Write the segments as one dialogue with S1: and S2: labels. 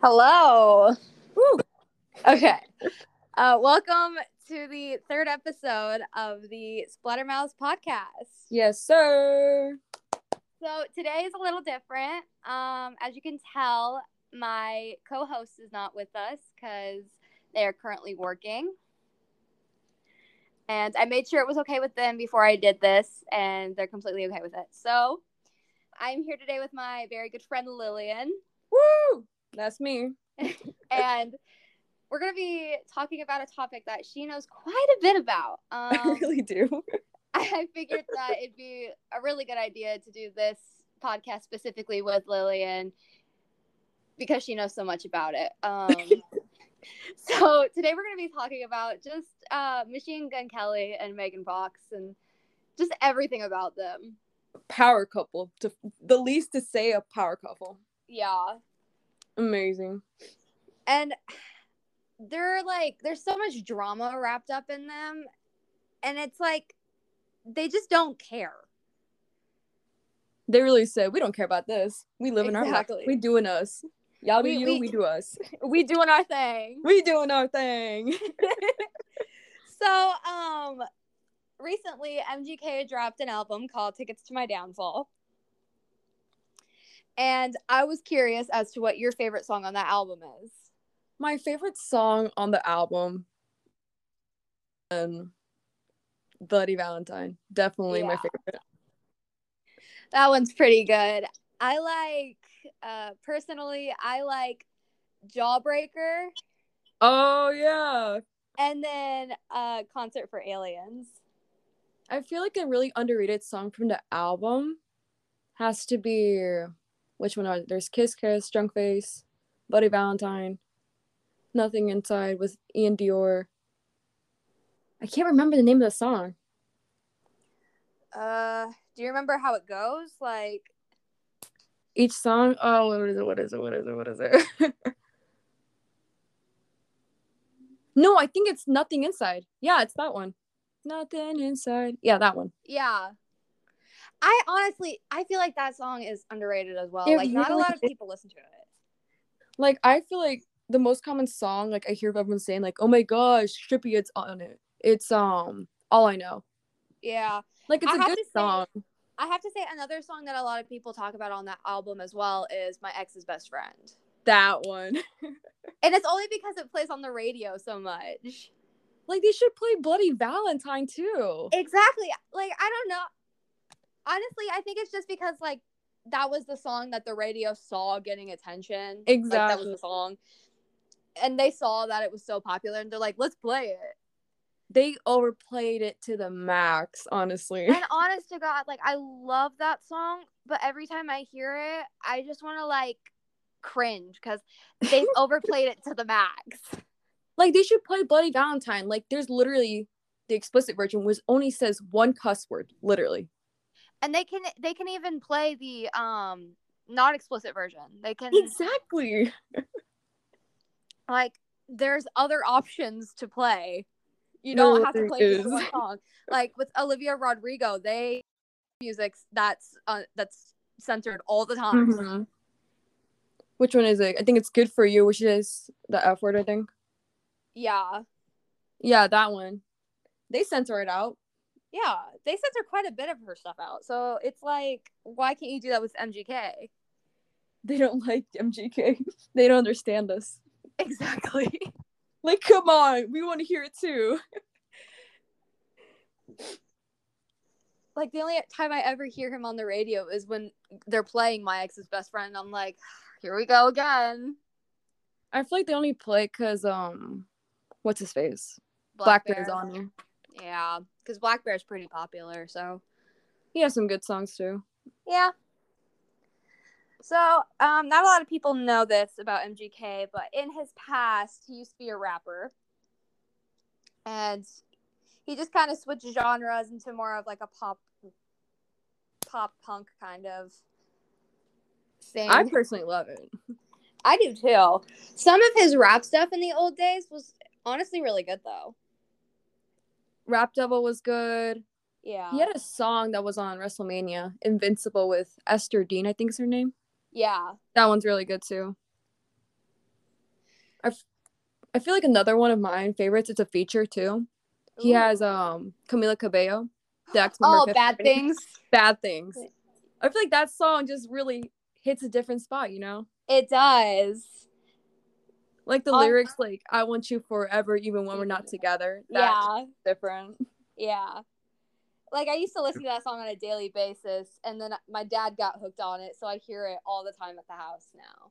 S1: Hello. Woo. Okay. Uh, welcome to the third episode of the Splattermouth podcast.
S2: Yes, sir.
S1: So today is a little different. Um, as you can tell, my co-host is not with us because they are currently working. And I made sure it was okay with them before I did this, and they're completely okay with it. So I'm here today with my very good friend Lillian.
S2: Woo! That's me.
S1: and we're going to be talking about a topic that she knows quite a bit about.
S2: I
S1: Um,
S2: really do.
S1: I figured that it'd be a really good idea to do this podcast specifically with Lillian because she knows so much about it. Um, so today we're going to be talking about just uh, Machine Gun Kelly and Megan Fox and just everything about them.
S2: Power couple. To the least to say a power couple.
S1: Yeah.
S2: Amazing.
S1: and they're like there's so much drama wrapped up in them and it's like they just don't care
S2: They really said, we don't care about this. We live in our life.
S1: Exactly.
S2: We doing us. Y'all do
S1: We-
S2: you,
S1: we-
S2: we, do us.
S1: we doing our thing
S2: We doing our thing.
S1: so um recently mgk dropped an album called tickets to my downfall and i was curious as to what your favorite song on that album is
S2: My favorite song on the album um, Bloody Valentine. Definitely my
S1: Yeah.
S2: favorite.
S1: that one's pretty good i like uh personally i like jawbreaker
S2: Oh yeah.
S1: and then uh concert for aliens
S2: I feel like a really underrated song from the album has to be which one are there? there's Kiss Kiss, Drunk Face, Bloody Valentine, Nothing Inside with Ian Dior. I can't remember the name of the song.
S1: uh do you remember how it goes like
S2: Each song, oh, what is it? What is it? What is it? What is it? no, I think it's Nothing Inside. Yeah, it's that one. Nothing Inside. Yeah, that one.
S1: yeah i honestly i feel like that song is underrated as well
S2: It
S1: like not a lot
S2: really
S1: of people listen to it
S2: Like I feel like the most common song like I hear everyone saying like, "Oh my gosh, Trippy, it's on it." It's um all I know.
S1: yeah
S2: Like it's
S1: I
S2: a
S1: have
S2: good
S1: to say-
S2: song.
S1: i have to say another song that a lot of people talk about on that album as well is my ex's best friend
S2: That one.
S1: and it's only because it plays on the radio so much
S2: Like they should play Bloody Valentine too.
S1: exactly like i don't know honestly i think it's just because like that was the song that the radio saw getting attention Like, that was
S2: Exactly.
S1: the song and they saw that it was so popular and they're like let's play it
S2: They overplayed it to the max, honestly.
S1: and honest to god like i love that song but every time i hear it i just want to like cringe because they've overplayed it to the max
S2: Like they should play Bloody Valentine. Like there's literally the explicit version was only says one cuss word, literally.
S1: and they can they can even play the um not explicit version they can
S2: Exactly.
S1: like there's other options to play. You
S2: There
S1: don't have to
S2: really
S1: play just
S2: is.
S1: one song. Like with Olivia Rodrigo, they music that's uh, that's censored all the time.
S2: Mhm. Which one is it? I think it's good for you, which is the F word, I think.
S1: Yeah,
S2: Yeah, that one. They censor it out.
S1: yeah, they censor quite a bit of her stuff out. So it's like, why can't you do that with MGK?
S2: They don't like MGK. They don't understand us.
S1: Exactly.
S2: Like, come on, we want to hear it too.
S1: like the only time I ever hear him on the radio is when they're playing my ex's best friend. I'm like, here we go again.
S2: I feel like they only play because um, what's his face?
S1: Black,
S2: Blackbear's
S1: Bear.
S2: on there.
S1: Yeah, because Black Bear's pretty popular. So
S2: He has some good songs too.
S1: Yeah. So, um, not a lot of people know this about MGK, but in his past, he used to be a rapper. And he just kind of switched genres into more of like a pop pop punk kind of thing.
S2: I personally love it.
S1: I do too. Some of his rap stuff in the old days was honestly really good though.
S2: Rap Devil was good.
S1: Yeah.
S2: He had a song that was on WrestleMania, Invincible with Esther Dean, I think is her name.
S1: Yeah.
S2: That one's really good too. I, f- I feel like another one of my favorites. It's a feature too. He
S1: Ooh.
S2: has um Camila Cabello. The ex member
S1: Oh,
S2: of Fifth
S1: bad
S2: Harmony.
S1: things.
S2: Bad things. I feel like that song just really hits a different spot. You know,
S1: It does.
S2: like the
S1: Um,
S2: lyrics, like "I want you forever, even when we're not together." That's
S1: yeah.
S2: different.
S1: Yeah. Like I used to listen to that song on a daily basis and then my dad got hooked on it, so I hear it all the time at the house now.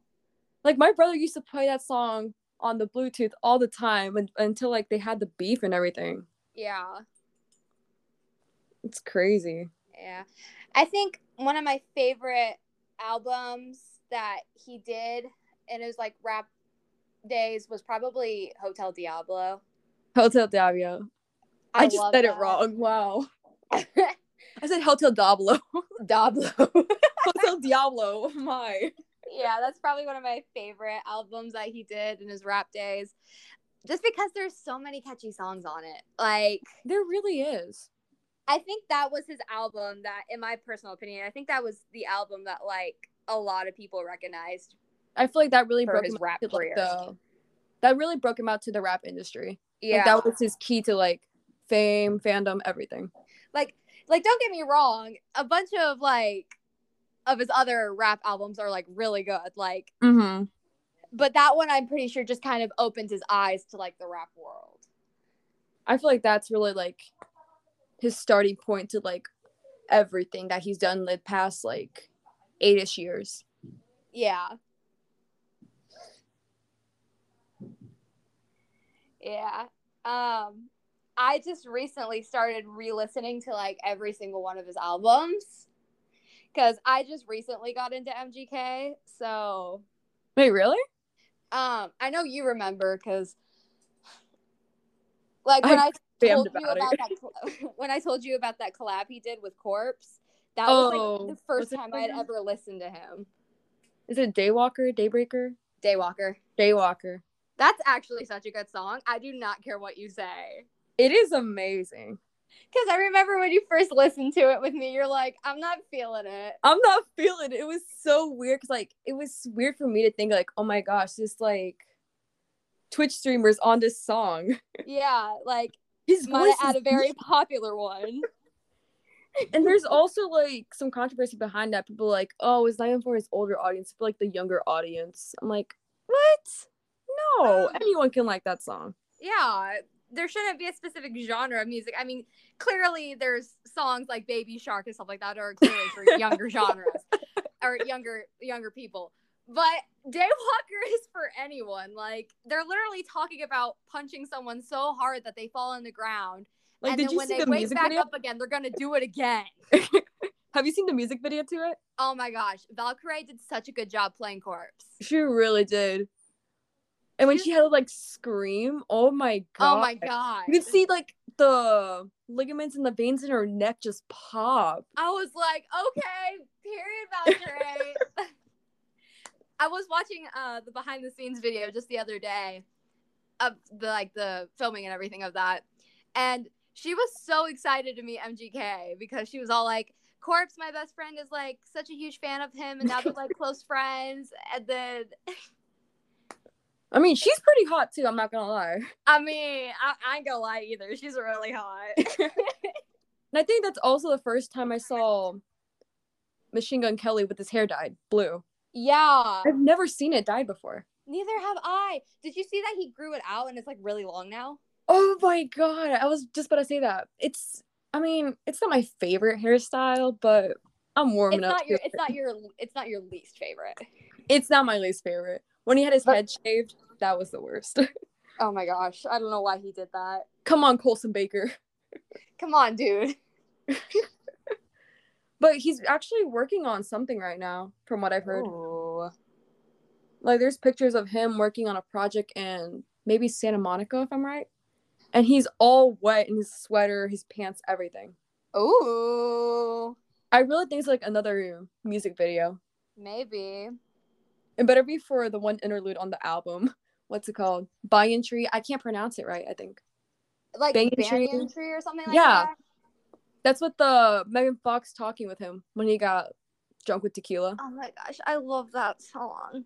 S2: Like my brother used to play that song on the Bluetooth all the time un- until like they had the beef and everything.
S1: Yeah.
S2: It's crazy.
S1: Yeah. I think one of my favorite albums that he did in his like rap days was probably Hotel Diablo.
S2: Hotel Diablo. I, just
S1: love
S2: said it
S1: that.
S2: wrong. Wow. I said Hotel Diablo.
S1: Diablo.
S2: Hotel Diablo. Oh my.
S1: yeah, that's probably one of my favorite albums that he did in his rap days. Just because there's so many catchy songs on it. Like
S2: There really is.
S1: I think that was his album that in my personal opinion, I think that was the album that like a lot of people recognized
S2: I feel like that really
S1: for
S2: broke
S1: his
S2: him
S1: rap
S2: out to,
S1: career.
S2: like, the- that really broke him out to the rap industry.
S1: yeah.
S2: Like, that was his key to like fame, fandom, everything.
S1: like like don't get me wrong a bunch of like of his other rap albums are like really good like
S2: Mm-hmm.
S1: but that one i'm pretty sure just kind of opened his eyes to like the rap world
S2: I feel like that's really like his starting point to like everything that he's done the past like eight-ish years.
S1: yeah yeah um i just recently started re-listening to like every single one of his albums because i just recently got into mgk so
S2: Wait, really?
S1: Um, I know you remember because, like,
S2: I
S1: when I, told you
S2: spammed about
S1: about
S2: it.
S1: that, coll- when I told you about that collab he did with Corpse, that was
S2: Oh,
S1: like the first
S2: what's it
S1: time I had
S2: called?
S1: ever listened to him.
S2: Is it Daywalker, Daybreaker?
S1: Daywalker.
S2: Daywalker.
S1: That's actually such a good song. I do not care what you say.
S2: It is amazing.
S1: Because I remember when you first listened to it with me, you're like, I'm not feeling it.
S2: I'm not feeling it. It was so weird because like it was weird for me to think like, oh my gosh, this like Twitch streamers on this song.
S1: Yeah, like,
S2: His
S1: Mona
S2: voice
S1: had
S2: is
S1: a very popular one.
S2: and there's also like some controversy behind that. People are like, oh, it's not even for his older audience, for like the younger audience. I'm like, what? No,
S1: Um,
S2: anyone can like that song.
S1: yeah there shouldn't be a specific genre of music i mean clearly there's songs like baby shark and stuff like that are clearly for younger genres or younger younger people but daywalker is for anyone like they're literally talking about punching someone so hard that they fall on the ground
S2: Like,
S1: and
S2: did
S1: then
S2: you
S1: when
S2: see
S1: they
S2: the
S1: wake
S2: music
S1: back
S2: video?
S1: up again they're gonna do it again
S2: Have you seen the music video to it?
S1: oh my gosh valkyrie did such a good job playing corpse
S2: She really did. And when
S1: She's-
S2: she had like scream, oh my god.
S1: oh my god
S2: You could see like the ligaments and the veins in her neck just pop.
S1: I was like, okay, period Valkyrie. I was watching uh, the behind the scenes video just the other day of the like the filming and everything of that, and she was so excited to meet MGK because she was all like, "Corpse, my best friend, is like such a huge fan of him, and now they're like close friends." And then,
S2: I mean, she's pretty hot too. I'm not gonna lie.
S1: I mean, I, I ain't gonna lie either. She's really hot.
S2: And I think that's also the first time I saw Machine Gun Kelly with his hair dyed blue.
S1: yeah.
S2: I've never seen it dyed before.
S1: Neither have I. Did you see that he grew it out and it's like really long now?
S2: Oh my god! I was just about to say that. It's. I mean, it's not my favorite hairstyle, but I'm warming
S1: it's
S2: up.
S1: not your
S2: to
S1: it's not your it's not your least favorite
S2: It's not my least favorite. When he had his
S1: But-
S2: head shaved, that was the worst.
S1: oh my gosh i don't know why he did that
S2: Come on, Colson Baker.
S1: come on dude
S2: But he's actually working on something right now, from what I've heard.
S1: Ooh.
S2: Like, there's pictures of him working on a project in maybe Santa Monica, if I'm right. And he's all wet in his sweater, his pants, everything.
S1: Ooh.
S2: I really think it's like another music video.
S1: maybe
S2: It better be for the one interlude on the album. What's it called? Banyan Tree. I can't pronounce it right, I think.
S1: like banyan,
S2: Banyan tree.
S1: tree or something like
S2: Yeah.
S1: that
S2: That's what the Megan Fox talking with him when he got drunk with tequila.
S1: oh my gosh i love that song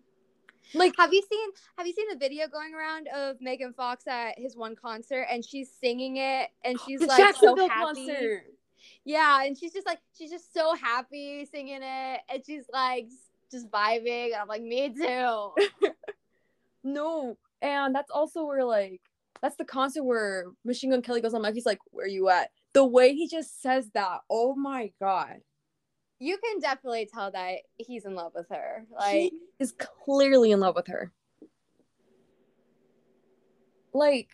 S2: Like
S1: Have you seen Have you seen the video going around of Megan Fox at his one concert and she's singing it and she's
S2: the
S1: like so
S2: Jacksonville
S1: happy.
S2: concert.
S1: Yeah, and she's just like she's just so happy singing it and she's like just vibing. And I'm like, me too.
S2: No, and that's also where like that's the concert where Machine Gun Kelly goes on mic. He's like, "Where you at?" The way he just says that, oh my god,
S1: you can definitely tell that he's in love with her. Like
S2: he is clearly in love with her. Like,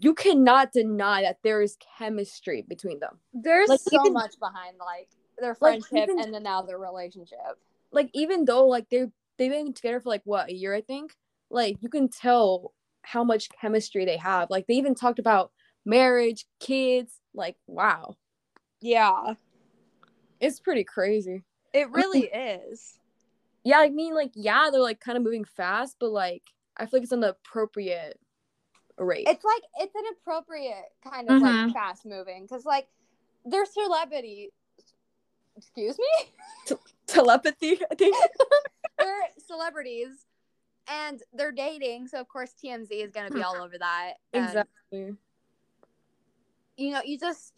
S2: you cannot deny that there is chemistry between them.
S1: there's
S2: Like,
S1: so
S2: even-
S1: much behind like their
S2: Like,
S1: friendship
S2: even-
S1: and then now their relationship.
S2: Like, even though like they they've been together for like what a year, I think. Like, you can tell how much chemistry they have. Like, they even talked about marriage, kids. Like, wow.
S1: Yeah.
S2: It's pretty crazy.
S1: It really is.
S2: Yeah, I mean, like, yeah, they're like kind of moving fast, but like, I feel like it's on the appropriate rate.
S1: It's like it's an appropriate kind of like
S2: Mhm.
S1: fast moving because like they're celebrity. Excuse me,
S2: telepathy, I think.
S1: they're celebrities, and they're dating. So of course TMZ is gonna be all over that. And,
S2: exactly.
S1: You know, you just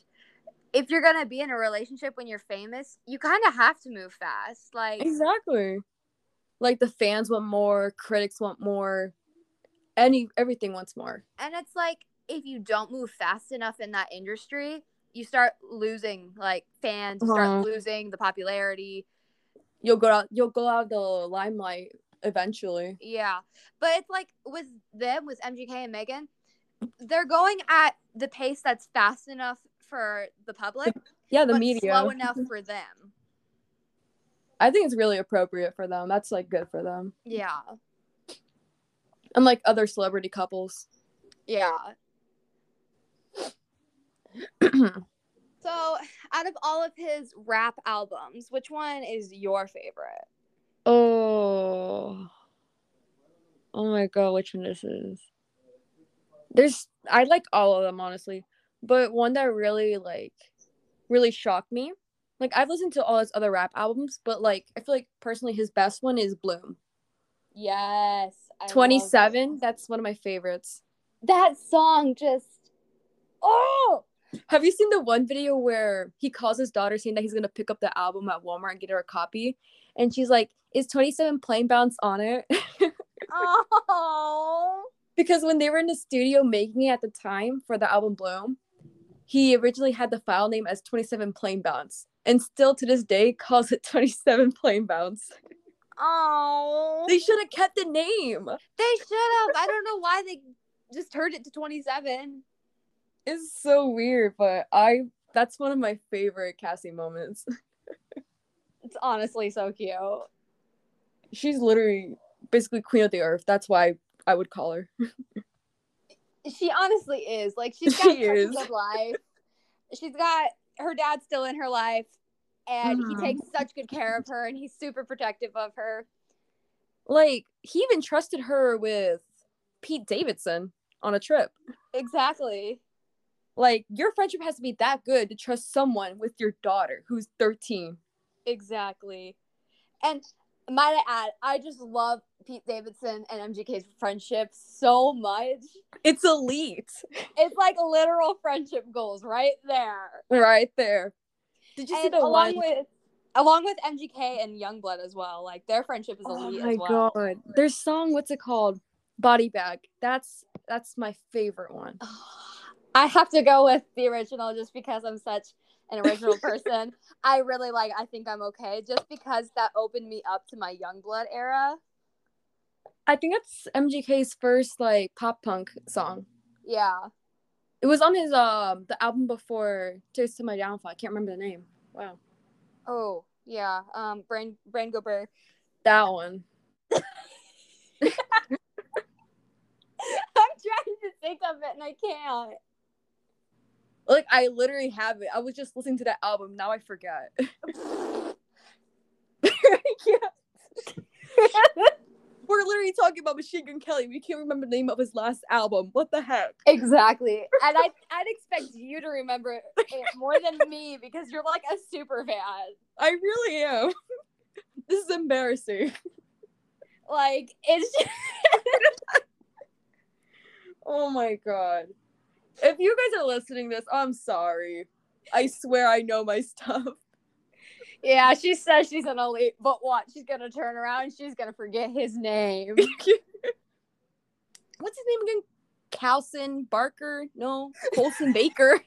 S1: if you're gonna be in a relationship when you're famous, you kind of have to move fast. Like
S2: Exactly. Like the fans want more, critics want more, any everything wants more.
S1: and it's like if you don't move fast enough in that industry you start losing like fans you
S2: Uh-huh.
S1: start losing the popularity
S2: You'll go out you'll go out of the limelight eventually.
S1: yeah but it's like with them with mgk and megan they're going at the pace that's fast enough for the public
S2: Yeah, the
S1: but
S2: media.
S1: slow enough for them
S2: I think it's really appropriate for them. That's like good for them.
S1: yeah
S2: Unlike other celebrity couples.
S1: yeah so out of all of his rap albums which one is your favorite
S2: Oh. Oh my god, which one this is? There's I like all of them honestly, but one that really like really shocked me. Like I've listened to all his other rap albums, but like I feel like personally his best one is Bloom.
S1: yes I love it.
S2: 27, that's one of my favorites.
S1: that song just oh
S2: Have you seen the one video where he calls his daughter saying that he's going to pick up the album at Walmart and get her a copy and she's like, "Is 27 Plain Bounce on it?"
S1: oh
S2: because when they were in the studio making it at the time for the album Bloom, he originally had the file name as 27 Plane Bounce and still to this day calls it 27 Plane Bounce.
S1: oh
S2: They should have kept the name.
S1: they should have i don't know why they just turned it to 27
S2: It's so weird, but I that's one of my favorite Cassie moments.
S1: it's honestly so cute
S2: She's literally basically queen of the earth. That's why I would call her.
S1: she honestly is like she's got such
S2: She
S1: a
S2: is.
S1: good life she's got her dad still in her life and
S2: Mhm.
S1: he takes such good care of her and he's super protective of her
S2: Like he even trusted her with Pete Davidson on a trip.
S1: exactly
S2: Like your friendship has to be that good to trust someone with your daughter who's 13.
S1: Exactly. And might I add, I just love Pete Davidson and MGK's friendship so much.
S2: It's elite
S1: It's like literal friendship goals right there.
S2: right there. Did you see
S1: And
S2: the
S1: along
S2: one?
S1: with along with MGK and Youngblood as well. Like their friendship is
S2: oh
S1: elite
S2: my
S1: as well.
S2: god, their song. What's it called? Body Bag. That's that's my favorite one.
S1: I have to go with the original just because I'm such an original person. I really like I think I'm okay just because that opened me up to my Youngblood era.
S2: I think that's MGK's first like pop punk song.
S1: Yeah.
S2: It was on his um the album before Taste to My Downfall. I can't remember the name. Wow,
S1: Oh, yeah. Um Brain Brain Go Burr.
S2: that one.
S1: I'm trying to think of it and I can't.
S2: Like I literally have it. I was just listening to that album. Now I forget. We're literally talking about Machine Gun Kelly. We can't remember the name of his last album. What the heck?
S1: Exactly. And I, I'd expect you to remember it more than me because you're like a super fan.
S2: I really am. this is embarrassing.
S1: Like it's just,
S2: Oh my god. If you guys are listening to this, I'm sorry. I swear I know my stuff.
S1: yeah. She says she's an elite, but what? She's gonna turn around. and She's gonna forget his name. What's his name again? Cowson Barker? No, Colson Baker.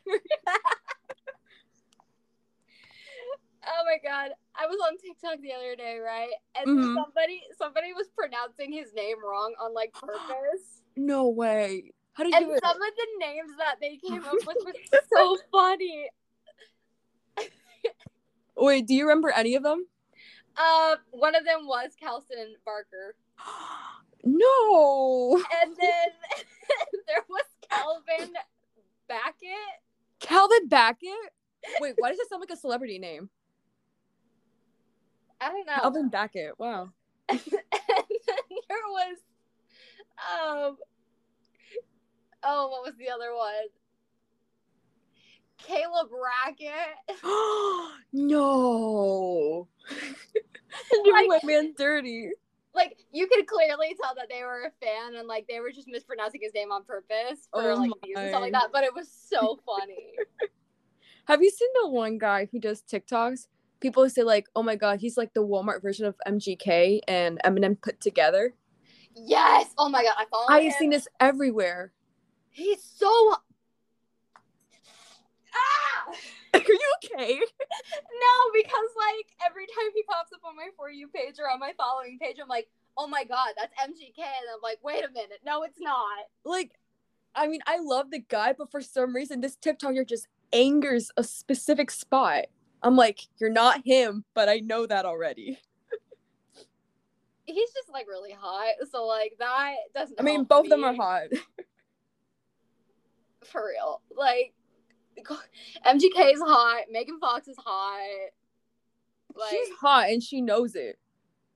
S1: oh my god! I was on TikTok the other day, right? And
S2: Mhm.
S1: somebody somebody was pronouncing his name wrong on like purpose.
S2: No way. How did
S1: and
S2: you do it?
S1: some of the names that they came up with was so funny.
S2: Wait, do you remember any of them?
S1: Uh, one of them was Calston Barker,
S2: no.
S1: and then there was Calvin Backett.
S2: Calvin Backett? Wait, why does that sound like a celebrity name?
S1: I don't know.
S2: Calvin Backett. Wow.
S1: and then there was, um, oh, what was the other one? Caleb Brackett.
S2: no.
S1: Like-
S2: my man dirty.
S1: Like you could clearly tell that they were a fan, and like they were just mispronouncing his name on purpose for
S2: Oh
S1: like views and stuff like
S2: my.
S1: that. But it was so funny.
S2: Have you seen the one guy who does TikToks? People say like, "Oh my god, he's like the Walmart version of MGK and Eminem put together."
S1: Yes. Oh my god, I follow
S2: I
S1: him.
S2: have seen this everywhere.
S1: He's so. Ah!
S2: Are you okay?
S1: No, because like every time he pops up on my for you page or on my following page, I'm like, oh my god, that's MGK, and I'm like, wait a minute, no, it's not.
S2: Like, I mean, I love the guy, but for some reason, this TikToker just angers a specific spot. I'm like, you're not him, but I know that already.
S1: He's just like really hot, so like that doesn't.
S2: I mean,
S1: help
S2: both of them
S1: me.
S2: are hot.
S1: for real. Like, MGK is hot, Megan Fox is hot. Like,
S2: She's hot and she knows it.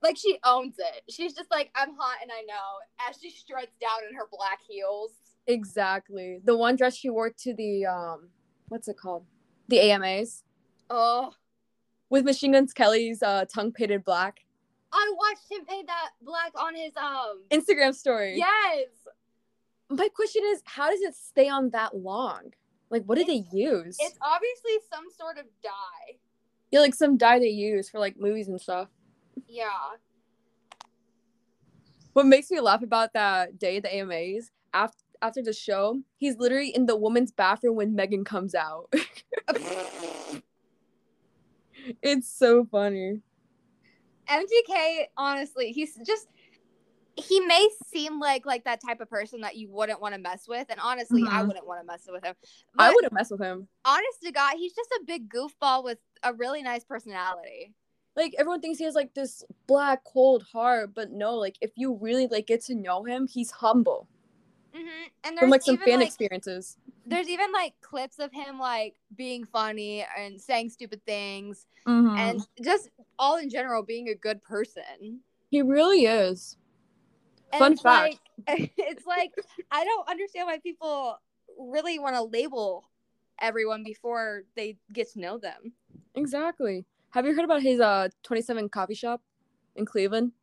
S1: like she owns it. She's just like, I'm hot and I know. As she struts down in her black heels.
S2: Exactly. The one dress she wore to the um, what's it called? The AMAs
S1: Oh,
S2: with Machine Guns Kelly's uh, tongue painted black.
S1: I watched him paint that black on his um.
S2: Instagram story.
S1: Yes.
S2: My question is, how does it stay on that long? Like, what did they use?
S1: It's obviously some sort of dye.
S2: Yeah, like some dye they use for like movies and stuff.
S1: Yeah.
S2: What makes me laugh about that day at the AMAs after after the show, he's literally in the woman's bathroom when Megan comes out. it's so funny.
S1: MGK, honestly, he's just he may seem like like that type of person that you wouldn't want to mess with, and honestly, I
S2: Mhm.
S1: wouldn't want to mess with him.
S2: I
S1: But
S2: wouldn't mess with him.
S1: honest to God, he's just a big goofball with a really nice personality.
S2: Like everyone thinks he has like this black cold heart, but no, like if you really like get to know him, he's humble.
S1: Mm-hmm. And there's
S2: From like some
S1: even,
S2: fan
S1: like,
S2: experiences.
S1: there's even like clips of him like being funny and saying stupid things,
S2: Mm. Mm-hmm.
S1: and just all in general being a good person.
S2: he really is.
S1: And
S2: Fun
S1: it's
S2: fact.
S1: Like, it's like I don't understand why people really want to label everyone before they get to know them.
S2: Exactly. Have you heard about his uh 27 coffee shop in Cleveland?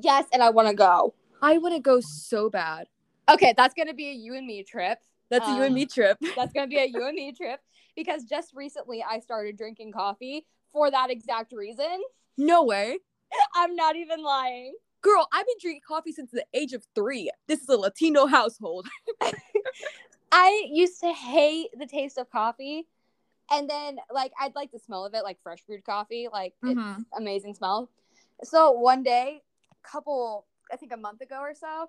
S1: Yes, and I want to go.
S2: I want to go so bad.
S1: Okay, that's gonna be a you and me trip.
S2: That's a you and
S1: Um,
S2: me trip.
S1: That's gonna be a you and me trip because just recently I started drinking coffee for that exact reason.
S2: No way.
S1: I'm not even lying.
S2: Girl, I've been drinking coffee since the age of three. This is a Latino household.
S1: I used to hate the taste of coffee. And then, like, I'd like the smell of it, like fresh brewed coffee. Like, it's
S2: Mhm.
S1: amazing smell. So, one day, couple, I think a month ago or so,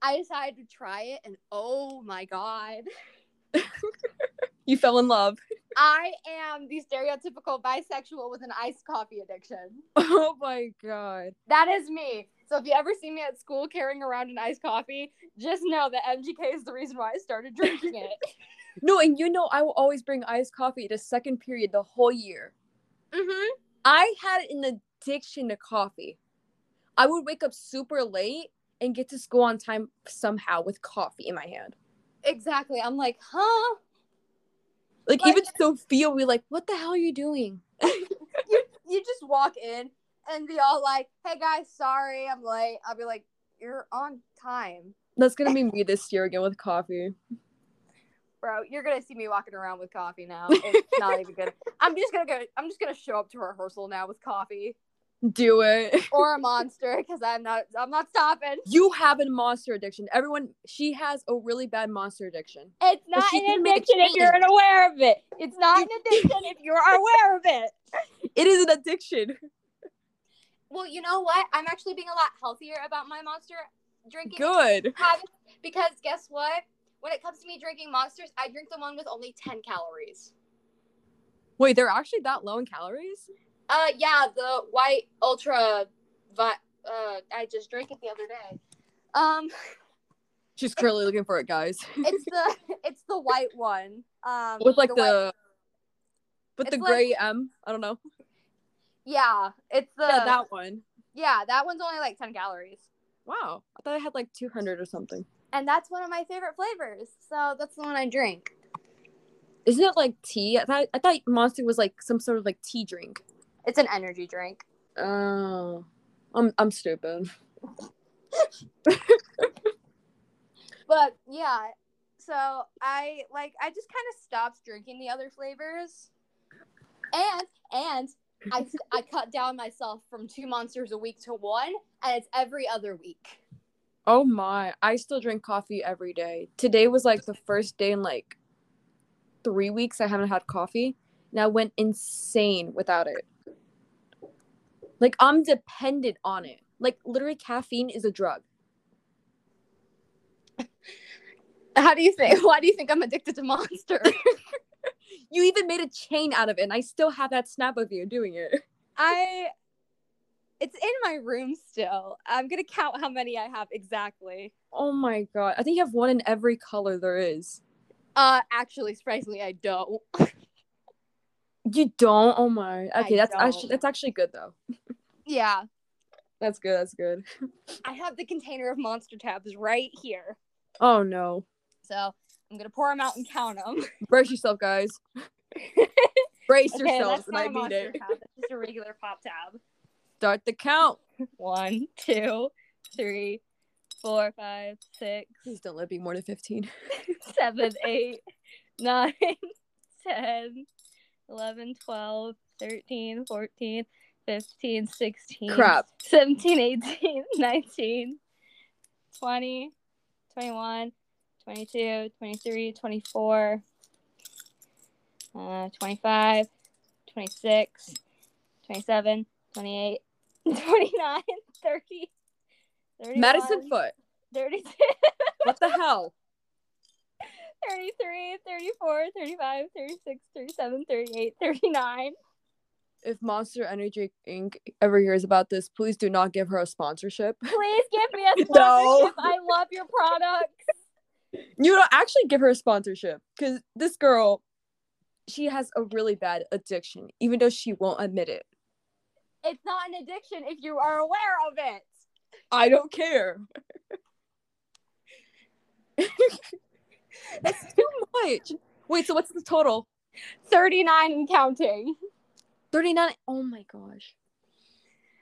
S1: I decided to try it. And oh my God,
S2: You fell in love.
S1: I am the stereotypical bisexual with an iced coffee addiction.
S2: Oh my God.
S1: That is me. So, if you ever see me at school carrying around an iced coffee, just know that MGK is the reason why I started drinking it.
S2: No, and you know, I will always bring iced coffee to second period the whole year.
S1: mm-hmm.
S2: I had an addiction to coffee. I would wake up super late and get to school on time somehow with coffee in my hand.
S1: Exactly. I'm like, huh?
S2: Like
S1: Like-
S2: even Sophia, we like, what the hell are you doing?
S1: you you just walk in and be all like, "Hey guys, sorry, I'm late." I'll be like, "You're on time,
S2: That's gonna be me this year again with coffee.
S1: bro. You're gonna see me walking around with coffee now. It's not even good. I'm just gonna go. I'm just gonna show up to rehearsal now with coffee
S2: Do it.
S1: or a monster because I'm not. I'm not stopping.
S2: You have a monster addiction. Everyone, she has a really bad monster addiction.
S1: It's
S2: But
S1: not
S2: she
S1: an
S2: can make a
S1: addiction if you're
S2: change.
S1: unaware of it. It's not an addiction if you're aware of it.
S2: It is an addiction.
S1: Well, you know what? I'm actually being a lot healthier about my monster drinking
S2: Good.
S1: habits because guess what? When it comes to me drinking monsters, I drink the one with only 10 calories.
S2: Wait, they're actually that low in calories?
S1: Uh, yeah, the white ultra, vi- uh, I just drank it the other day. Um,
S2: She's currently looking for it, guys.
S1: it's the it's the white one. Um,
S2: With like
S1: white-
S2: the, with the
S1: It's like-
S2: gray M. I don't know.
S1: yeah, it's the
S2: yeah, that one.
S1: yeah that one's only like 10 calories.
S2: Wow. I thought I had like 200 or something.
S1: and that's one of my favorite flavors. So that's the one I drink.
S2: Isn't it like tea? I thought, I thought Monster was like some sort of like tea drink.
S1: It's an energy drink.
S2: Oh, I'm I'm stupid.
S1: But yeah, so I like I just kind of stopped drinking the other flavors. And and I I cut down myself from two monsters a week to one, and it's every other week.
S2: Oh my! I still drink coffee every day. Today was like the first day in like three weeks I haven't had coffee, and I went insane without it. Like I'm dependent on it. Like literally, caffeine is a drug.
S1: How do you think? Why do you think I'm addicted to Monster?
S2: You even made a chain out of it, and I still have that snap of you doing it.
S1: I it's in my room still. I'm gonna count how many I have exactly.
S2: Oh my god! I think you have one in every color there is.
S1: Uh, actually, surprisingly, I don't.
S2: You don't? Oh my!
S1: I
S2: Okay, that's
S1: don't.
S2: actually that's actually good though.
S1: Yeah,
S2: That's good. That's good.
S1: I have the container of monster tabs right here.
S2: Oh no!
S1: So I'm gonna pour them out and count them.
S2: Brace yourself, guys. Brace yourselves, and I
S1: not a
S2: mean it.
S1: tab. That's just a regular pop tab.
S2: Start the count.
S1: One, two, three, four, five, six,
S2: Please don't let it be more than 15.
S1: seven, eight, nine, ten, eleven, twelve, thirteen, fourteen, fifteen, sixteen.
S2: Crap.
S1: 17, 18, 19, 20, 21, 22, 23, 24, uh, 25, 26, 27, 28, 29, 30, 31,
S2: Madison Foot.
S1: 32,
S2: What the hell?
S1: 33, 34, 35, 36, 37, 38, 39.
S2: If Monster Energy Inc. ever hears about this, please do not give her a sponsorship.
S1: Please give me a sponsorship.
S2: No.
S1: I love your products.
S2: You don't actually give her a sponsorship because this girl, she has a really bad addiction, even though she won't admit it.
S1: It's not an addiction if you are aware of it.
S2: I don't care. That's too much. Wait, so what's the total?
S1: 39 and counting.
S2: 39. Oh my gosh.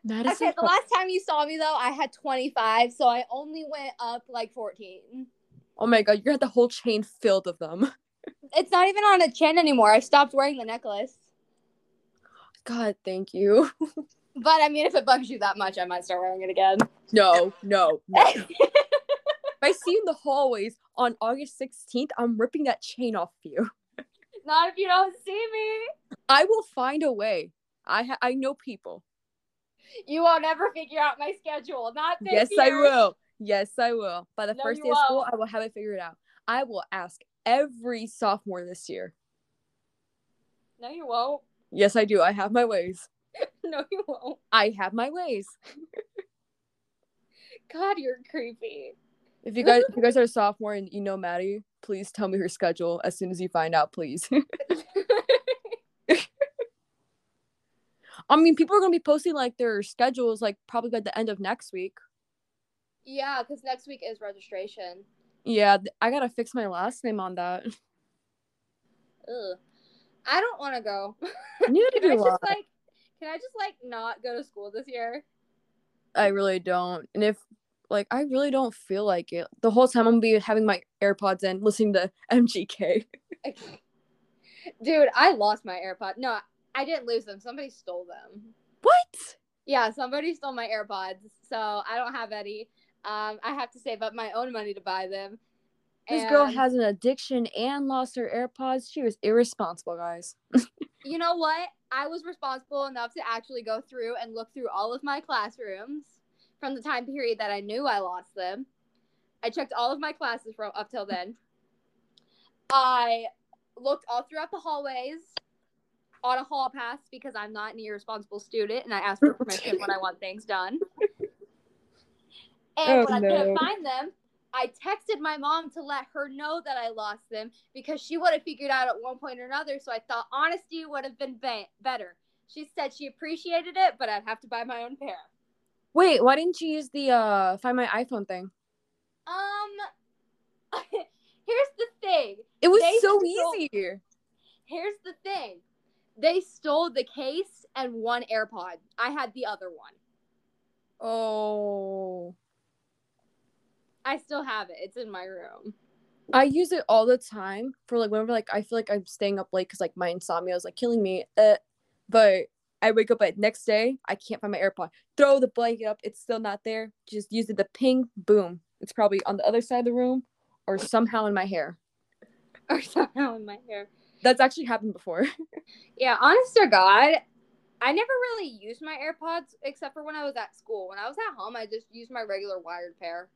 S2: Madison
S1: Okay, the last time you saw me though, I had 25, so I only went up like 14.
S2: Oh my god, you got the whole chain filled of them.
S1: It's not even on a chin anymore. I stopped wearing the necklace.
S2: God, thank you.
S1: But I mean, if it bugs you that much, I might start wearing it again.
S2: No, no, no. if I see you in the hallways on August 16th, I'm ripping that chain off you.
S1: not if you don't see me.
S2: I will find a way. I ha- I know people.
S1: You won't ever figure out my schedule. Not this
S2: yes, I
S1: year.
S2: will. Yes, I will. By the
S1: No,
S2: first
S1: you
S2: day of school,
S1: won't.
S2: I will have it figured out. I will ask every sophomore this year.
S1: No, you won't.
S2: Yes, I do. I have my ways.
S1: No, you won't.
S2: I have my ways.
S1: God, you're creepy.
S2: If you guys if you guys are a sophomore and you know Maddie, please tell me her schedule as soon as you find out, please. I mean, people are gonna be posting like their schedules like probably by the end of next week.
S1: Yeah, because next week is registration.
S2: Yeah, th- I gotta fix my last name on that.
S1: Ugh. I don't want to go.
S2: Neither
S1: It's
S2: do
S1: just
S2: I.
S1: like Can I just like not go to school this year?
S2: I really don't. And if like I really don't feel like it. The whole time I'm gonna be having my AirPods in, listening to MGK.
S1: Okay. Dude, I lost my AirPod. No, I didn't lose them. Somebody stole them.
S2: What?
S1: Yeah, somebody stole my AirPods, so I don't have any. Um, I have to save up my own money to buy them.
S2: This girl
S1: And
S2: has an addiction and lost her AirPods. She was irresponsible, guys.
S1: You know what? I was responsible enough to actually go through and look through all of my classrooms from the time period that I knew I lost them. I checked all of my classes from up till then. I looked all throughout the hallways on a hall pass because I'm not an irresponsible student and I ask for permission when I want things done. And
S2: Oh,
S1: when I couldn't
S2: no.
S1: find them, I texted my mom to let her know that I lost them because she would have figured out at one point or another. So I thought honesty would have been be- better. She said she appreciated it, but I'd have to buy my own pair.
S2: Wait, why didn't you use the uh find my iPhone thing?
S1: Um, here's the thing.
S2: It was
S1: They
S2: so
S1: stole-
S2: easy.
S1: Here's the thing. They stole the case and one AirPod. I had the other one.
S2: Oh.
S1: I still have it. It's in my room.
S2: I use it all the time for like whenever like I feel like I'm staying up late because like my insomnia is like killing me. Uh, but I wake up at next day, I can't find my AirPod. Throw the blanket up, it's still not there. Just use it. The ping, boom. It's probably on the other side of the room, or somehow in my hair.
S1: Or somehow in my hair.
S2: That's actually happened before.
S1: Yeah, honest to God, I never really used my AirPods except for when I was at school. When I was at home, I just used my regular wired pair.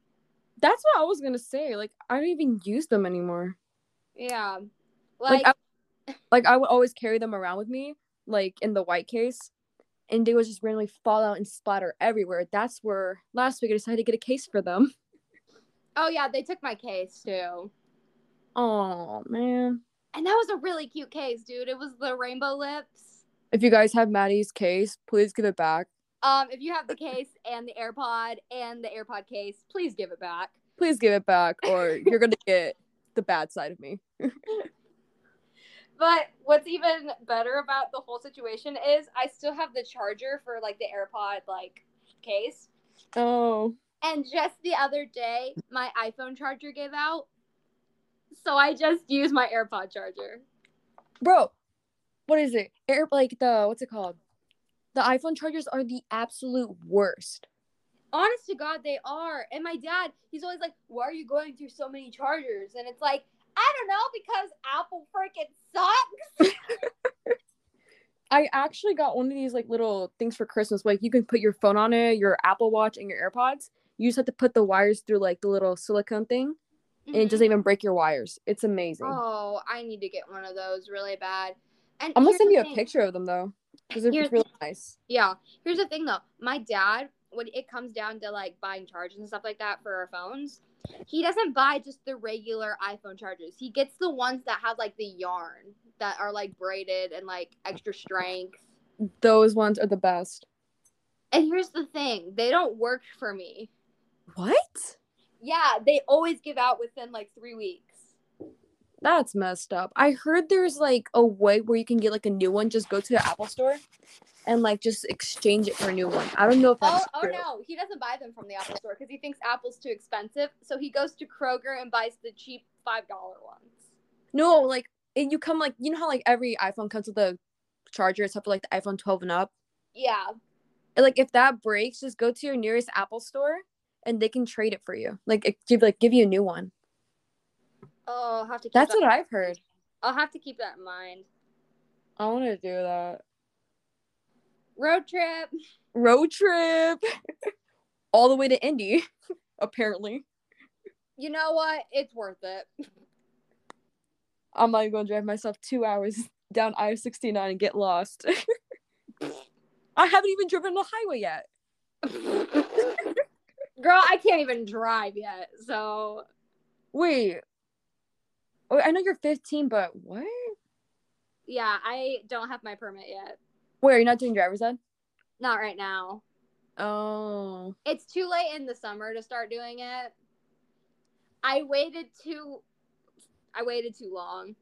S2: That's what I was gonna say. Like I don't even use them anymore.
S1: Yeah.
S2: Like,
S1: Like,
S2: I, like I would always carry them around with me, like in the white case, and they would just randomly fall out and splatter everywhere. That's where last week I decided to get a case for them.
S1: oh yeah, they took my case too.
S2: Oh man.
S1: And that was a really cute case, dude. It was the rainbow lips.
S2: If you guys have Maddie's case, please give it back.
S1: Um, if you have the case and the AirPod and the AirPod case, please give it back.
S2: Please give it back or you're gonna get the bad side of me.
S1: But what's even better about the whole situation is I still have the charger for like the AirPod like case.
S2: Oh.
S1: And just the other day, my iPhone charger gave out. So I just used my AirPod charger.
S2: Bro, what is it? Air like the what's it called? The iPhone chargers are the absolute worst.
S1: Honest to God, they are. And my dad, he's always like, Why are you going through so many chargers? And it's like, I don't know, because Apple freaking sucks.
S2: I actually got one of these like little things for Christmas. Like you can put your phone on it, your Apple Watch and your AirPods. You just have to put the wires through like the little silicone thing and it doesn't even break your wires. It's amazing.
S1: Mm-hmm. Oh, I need to get one of those really bad. And
S2: I'm gonna
S1: here's
S2: send
S1: the
S2: you a
S1: thing.
S2: picture of them though. Because it's
S1: Here's-
S2: really nice.
S1: Yeah. Here's the thing though. My dad, when it comes down to like buying chargers and stuff like that for our phones, he doesn't buy just the regular iPhone chargers. He gets the ones that have like the yarn that are like braided and like extra strength.
S2: Those ones are the best.
S1: And here's the thing, they don't work for me.
S2: What?
S1: Yeah, they always give out within like 3 weeks.
S2: That's messed up. I heard there's like a way where you can get like a new one. Just go to the Apple store and like just exchange it for a new one. I don't know if
S1: Oh,
S2: that's
S1: oh
S2: true.
S1: no, he doesn't buy them from the Apple store cuz he thinks Apple's too expensive, so he goes to Kroger and buys the cheap $5 ones.
S2: No, like and you come like you know how like every iPhone comes with a charger except for like the iPhone 12 and up.
S1: Yeah.
S2: And, like if that breaks, just go to your nearest Apple store and they can trade it for you. Like it, give like give you a new one.
S1: Oh, I'll have to keep
S2: That's
S1: that-
S2: what I've heard.
S1: I'll have to keep that in mind.
S2: I want to do that
S1: Road trip.
S2: road trip all the way to Indy, apparently.
S1: You know what? It's worth it.
S2: I'm not even gonna drive myself two hours down I 69 and get lost. I haven't even driven the highway yet.
S1: Girl, I can't even drive yet. So,
S2: Wait. Wait, I know you're 15, but what?
S1: yeah, I don't have my permit yet.
S2: Wait, you're not doing driver's ed?
S1: Not right now.
S2: Oh.
S1: It's too late in the summer to start doing it. I waited too I waited too long.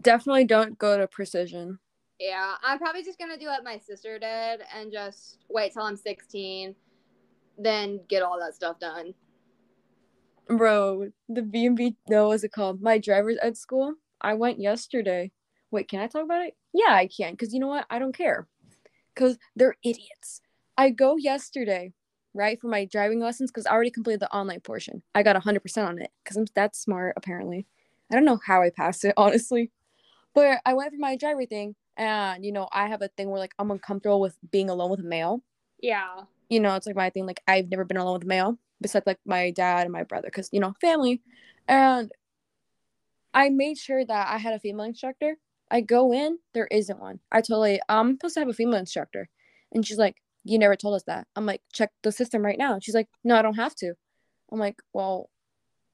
S2: Definitely don't go to precision.
S1: Yeah, I'm probably just gonna do what my sister did and just wait till I'm 16, then get all that stuff done.
S2: Bro, the B and B no, what's it called? My driver's ed school. I went yesterday. Wait, can I talk about it? Yeah, I can. Because you know what? I don't care. Because they're idiots. I go yesterday, right, for my driving lessons because I already completed the online portion. I got 100% on it because I'm that smart, apparently. I don't know how I passed it, honestly. But I went for my driver thing. And, you know, I have a thing where, like, I'm uncomfortable with being alone with a male.
S1: Yeah.
S2: You know, it's like my thing. Like, I've never been alone with a male besides, like, my dad and my brother because, you know, family. And I made sure that I had a female instructor. I go in, there isn't one. I totally, I'm supposed to have a female instructor. And she's like, You never told us that. I'm like, Check the system right now. She's like, No, I don't have to. I'm like, Well,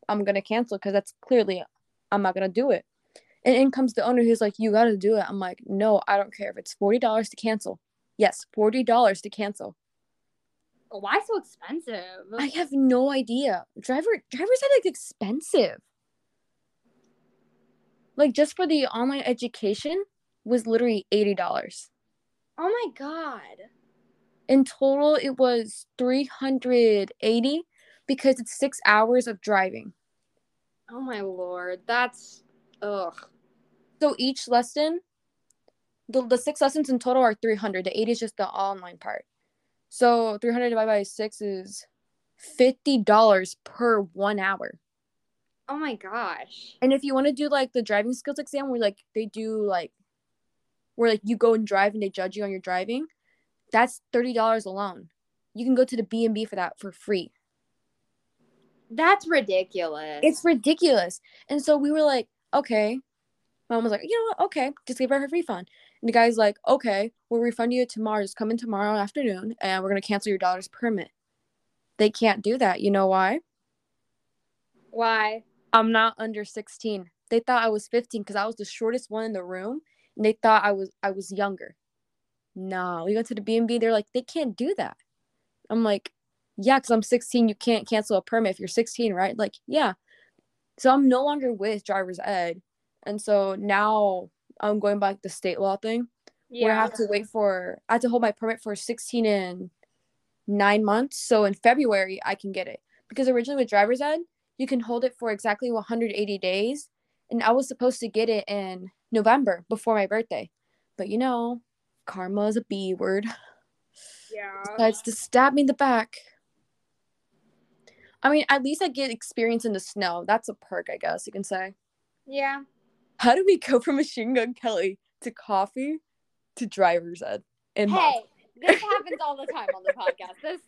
S2: I'm going to cancel because that's clearly, I'm not going to do it. And in comes the owner who's like, You got to do it. I'm like, No, I don't care if it's $40 to cancel. Yes, $40 to cancel.
S1: Oh, Why so expensive?
S2: I have no idea. Driver drivers are like expensive. Like just for the online education was literally eighty dollars.
S1: oh my god.
S2: In total, it was three hundred eighty because it's six hours of driving.
S1: Oh my lord. That's ugh.
S2: So each lesson, the, the six lessons in total are three hundred. The eighty is just the online part. So three hundred divided by six is fifty dollars per one hour.
S1: Oh my gosh.
S2: And if you want to do like the driving skills exam where like they do like where like you go and drive and they judge you on your driving, that's thirty dollars alone. You can go to the B and B for that for free.
S1: That's ridiculous.
S2: It's ridiculous. And so we were like, okay. Mom was like, you know what? Okay, just give her her refund. And the guy's like, okay, we'll refund you tomorrow. Just come in tomorrow afternoon, and we're gonna cancel your daughter's permit. They can't do that. You know why?
S1: Why?
S2: I'm not under 16. They thought I was 15 because I was the shortest one in the room, and they thought I was I was younger. No, we went to the B and B. They're like, they can't do that. I'm like, yeah, because I'm 16. You can't cancel a permit if you're 16, right? Like, yeah. So I'm no longer with driver's ed, and so now I'm going by like, the state law thing where I have to wait for I have to hold my permit for 16 and nine months. So in February I can get it because originally with driver's ed you can hold it for exactly 180 days, and I was supposed to get it in November before my birthday, but you know, karma is a B word.
S1: Yeah.
S2: Decides to stab me in the back. I mean, at least I get experience in the snow. That's a perk, I guess you can say.
S1: Yeah.
S2: How do we go from Machine Gun Kelly to coffee to driver's ed? And
S1: Hey, this happens all the time on the podcast. This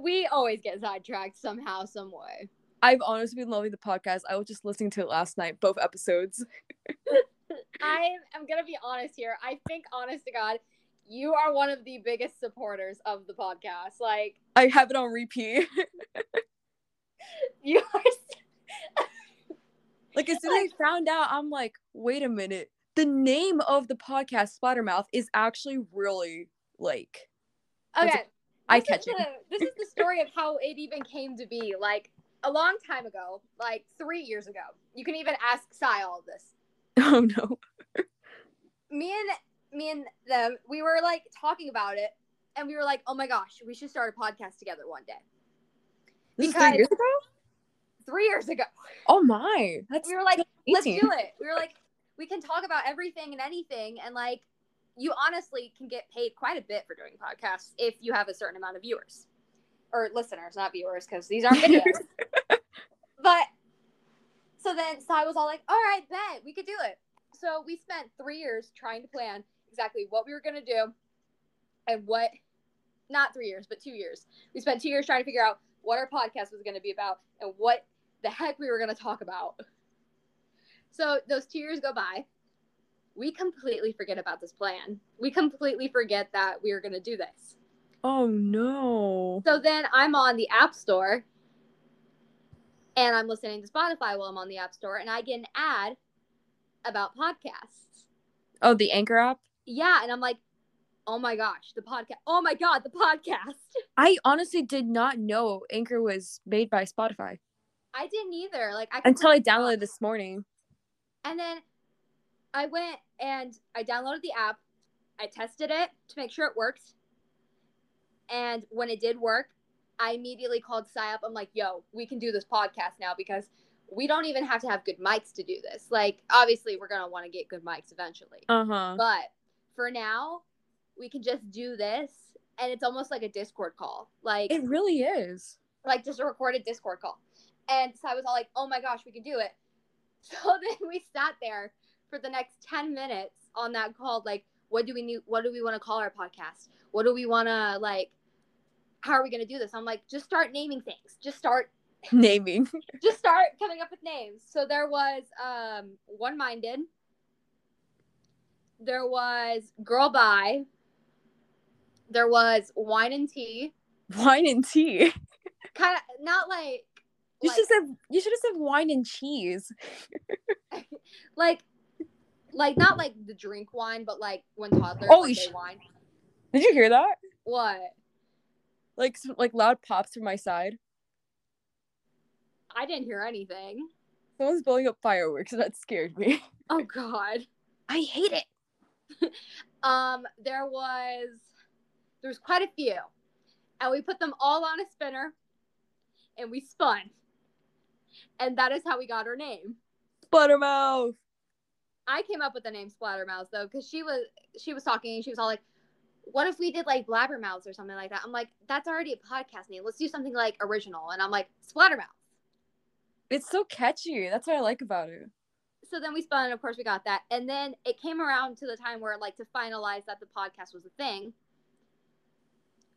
S1: we always get sidetracked somehow, some way.
S2: I've honestly been loving the podcast. I was just listening to it last night, both episodes.
S1: I am gonna be honest here. I think, honest to God, you are one of the biggest supporters of the podcast. Like
S2: I have it on repeat.
S1: you are.
S2: like as soon as I found out, I'm like, wait a minute. The name of the podcast, Splattermouth, is actually really like
S1: Okay,
S2: That's
S1: this
S2: eye
S1: is
S2: catching.
S1: the- This is the story of how it even came to be. Like a long time ago, like three years ago. You can even ask Sai all of this.
S2: Oh no.
S1: me and me and them we were like talking about it and we were like oh my gosh we should start a podcast together one day
S2: This is
S1: Because-
S2: three years ago?
S1: three years ago
S2: Oh my. That's
S1: we were like let's do
S2: 18.
S1: it we were like we can talk about everything and anything and like you honestly can get paid quite a bit for doing podcasts if you have a certain amount of viewers or listeners not viewers because these aren't videos but so then Sai was all like, all right, bet we could do it. So we spent three years trying to plan exactly what we were going to do and what, not three years, but two years. We spent two years trying to figure out what our podcast was going to be about and what the heck we were going to talk about. So those two years go by. We completely forget about this plan. We completely forget that we were going to do this.
S2: oh no.
S1: So then I'm on the App Store and I'm listening to Spotify while I'm on the App Store and I get an ad about podcasts.
S2: Oh, the anchor app?
S1: Yeah. And I'm like, oh my gosh, the podcast. Oh my God, the podcast.
S2: I honestly did not know Anchor was made by Spotify
S1: I didn't either. Like, I
S2: until I
S1: completely forgot.
S2: downloaded this morning.
S1: And then I went and I downloaded the app. I tested it to make sure it worked. And when it did work, I immediately called Psy up. I'm like, yo, we can do this podcast now because we don't even have to have good mics to do this. Like, obviously, we're going to want to get good mics eventually.
S2: Uh huh.
S1: But for now, we can just do this. And it's almost like a Discord call. Like,
S2: It really is.
S1: like just a recorded Discord call. And so I was all like, oh my gosh, we can do it. So then we sat there for the next 10 minutes on that call, like, what do we need? What do we want to call our podcast? What do we want to, like, how are we going to do this? I'm like, just start naming things. Just start,
S2: Naming.
S1: just start coming up with names. So there was um, One Minded. There was Girl By. There was Wine and Tea.
S2: Wine and tea.
S1: Kind of not like.
S2: You
S1: like-
S2: should have you should have said wine and cheese.
S1: like like not like the drink wine, but like when toddlers
S2: Oh,
S1: like,
S2: you
S1: they
S2: sh-
S1: wine.
S2: Did you hear that?
S1: What?
S2: Like s- like loud pops from my side.
S1: I didn't hear anything.
S2: Someone's blowing up fireworks. That scared me.
S1: Oh god.
S2: I hate it.
S1: Um there was there was quite a few. And we put them all on a spinner and we spun. And that is how we got her name.
S2: Buttermouth.
S1: I came up with the name Splattermouth though, because she was she was talking and she was all like, "What if we did like Blabbermouths or something like that?" I'm like, "That's already a podcast name. Let's do something like original." And I'm like, "Splattermouth."
S2: It's so catchy. That's what I like about it.
S1: so then we spun and of course we got that and then it came around to the time where like to finalize that the podcast was a thing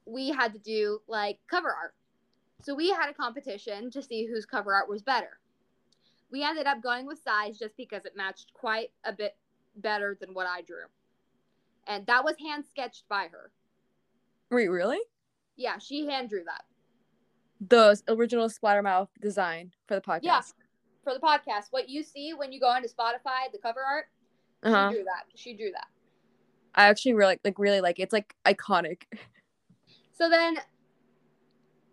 S1: we had to do like cover art so we had a competition to see whose cover art was better we ended up going with size just because it matched quite a bit better than what i drew and that was hand sketched by her
S2: Wait, really?
S1: yeah she hand drew that
S2: The s- original Splattermouth design for the podcast.
S1: Yeah. for the podcast what you see when you go onto spotify the cover art
S2: Uh-huh.
S1: she drew that she drew that
S2: I actually really like really like it. it's like iconic.
S1: So then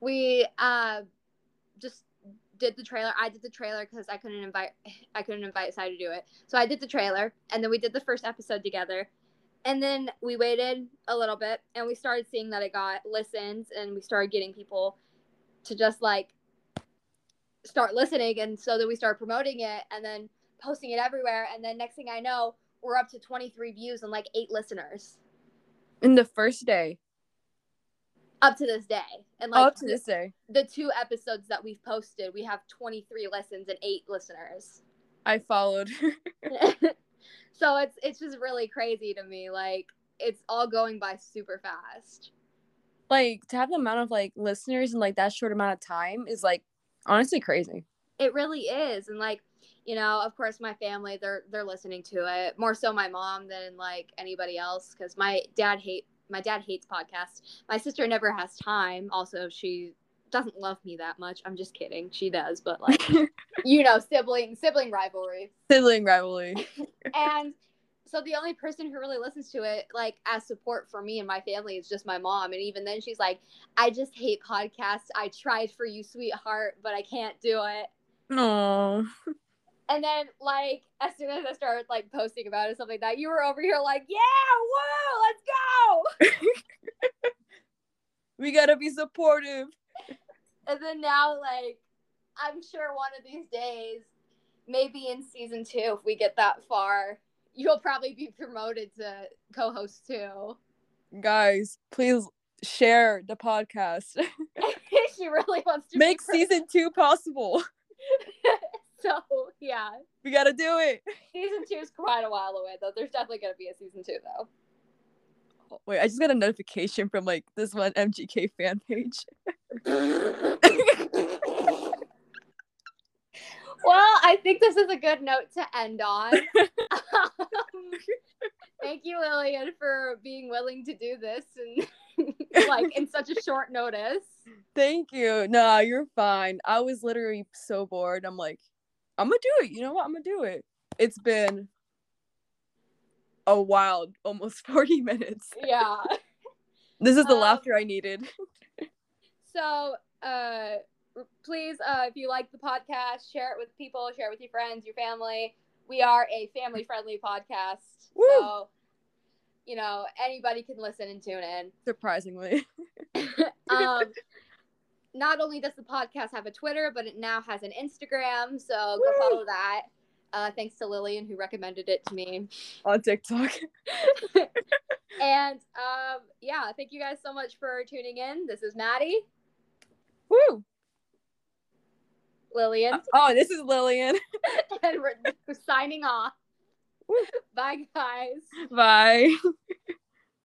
S1: we uh, just did the trailer. I did the trailer because I couldn't invite I couldn't invite Sai to do it. So I did the trailer, and then we did the first episode together. And then we waited a little bit, and we started seeing that it got listens, and we started getting people to just like start listening, and so then we started promoting it, and then posting it everywhere, and then next thing I know, we're up to twenty three views and like eight listeners
S2: In the first day.
S1: up to this day, and like
S2: up to this day.
S1: the two episodes that we've posted, we have 23 lessons and eight listeners.
S2: I followed.
S1: so it's it's just really crazy to me. Like it's all going by super fast.
S2: like to have the amount of like listeners in like that short amount of time is like honestly crazy.
S1: It really is. And like, you know, of course my family they're they're listening to it. More so my mom than like anybody else cuz my dad hate my dad hates podcasts. My sister never has time. Also, she doesn't love me that much. I'm just kidding. She does, but like, you know, sibling sibling rivalry.
S2: Sibling rivalry.
S1: and so the only person who really listens to it like as support for me and my family is just my mom and even then she's like i just hate podcasts i tried for you sweetheart but i can't do it
S2: No.
S1: and then like as soon as i started like posting about it or something like that you were over here like yeah woo let's go
S2: We gotta be supportive.
S1: and then now like i'm sure one of these days maybe in season two if we get that far you'll probably be promoted to co-host too
S2: Guys, please share the podcast.
S1: she really wants to be
S2: Make
S1: pro-
S2: season two possible.
S1: so yeah,
S2: We gotta do it.
S1: season two is quite a while away though. There's definitely gonna be a season two though.
S2: Wait, I just got a notification from like this one MGK fan page.
S1: Well, I think this is a good note to end on. Um, thank you, Lillian, for being willing to do this and like in such a short notice.
S2: Thank you. Nah, you're fine. I was literally so bored. I'm like, I'm gonna do it. You know what? I'm gonna do it. It's been a wild almost 40 minutes.
S1: Yeah.
S2: This is the
S1: Um,
S2: laughter I needed.
S1: So, uh, r- please, uh, if you like the podcast, share it with people, share it with your friends, your family. We are a family friendly podcast.
S2: Woo!
S1: So, you know, anybody can listen and tune in.
S2: surprisingly.
S1: Um, not only does the podcast have a Twitter, but it now has an Instagram. So go
S2: Woo!
S1: follow that. Uh, thanks to Lillian who recommended it to me.
S2: On TikTok.
S1: And um, yeah, thank you guys so much for tuning in. This is Maddie,
S2: Woo!
S1: Lillian,
S2: Oh, this is Lillian.
S1: and we're signing off.
S2: Woo.
S1: Bye, guys.
S2: Bye.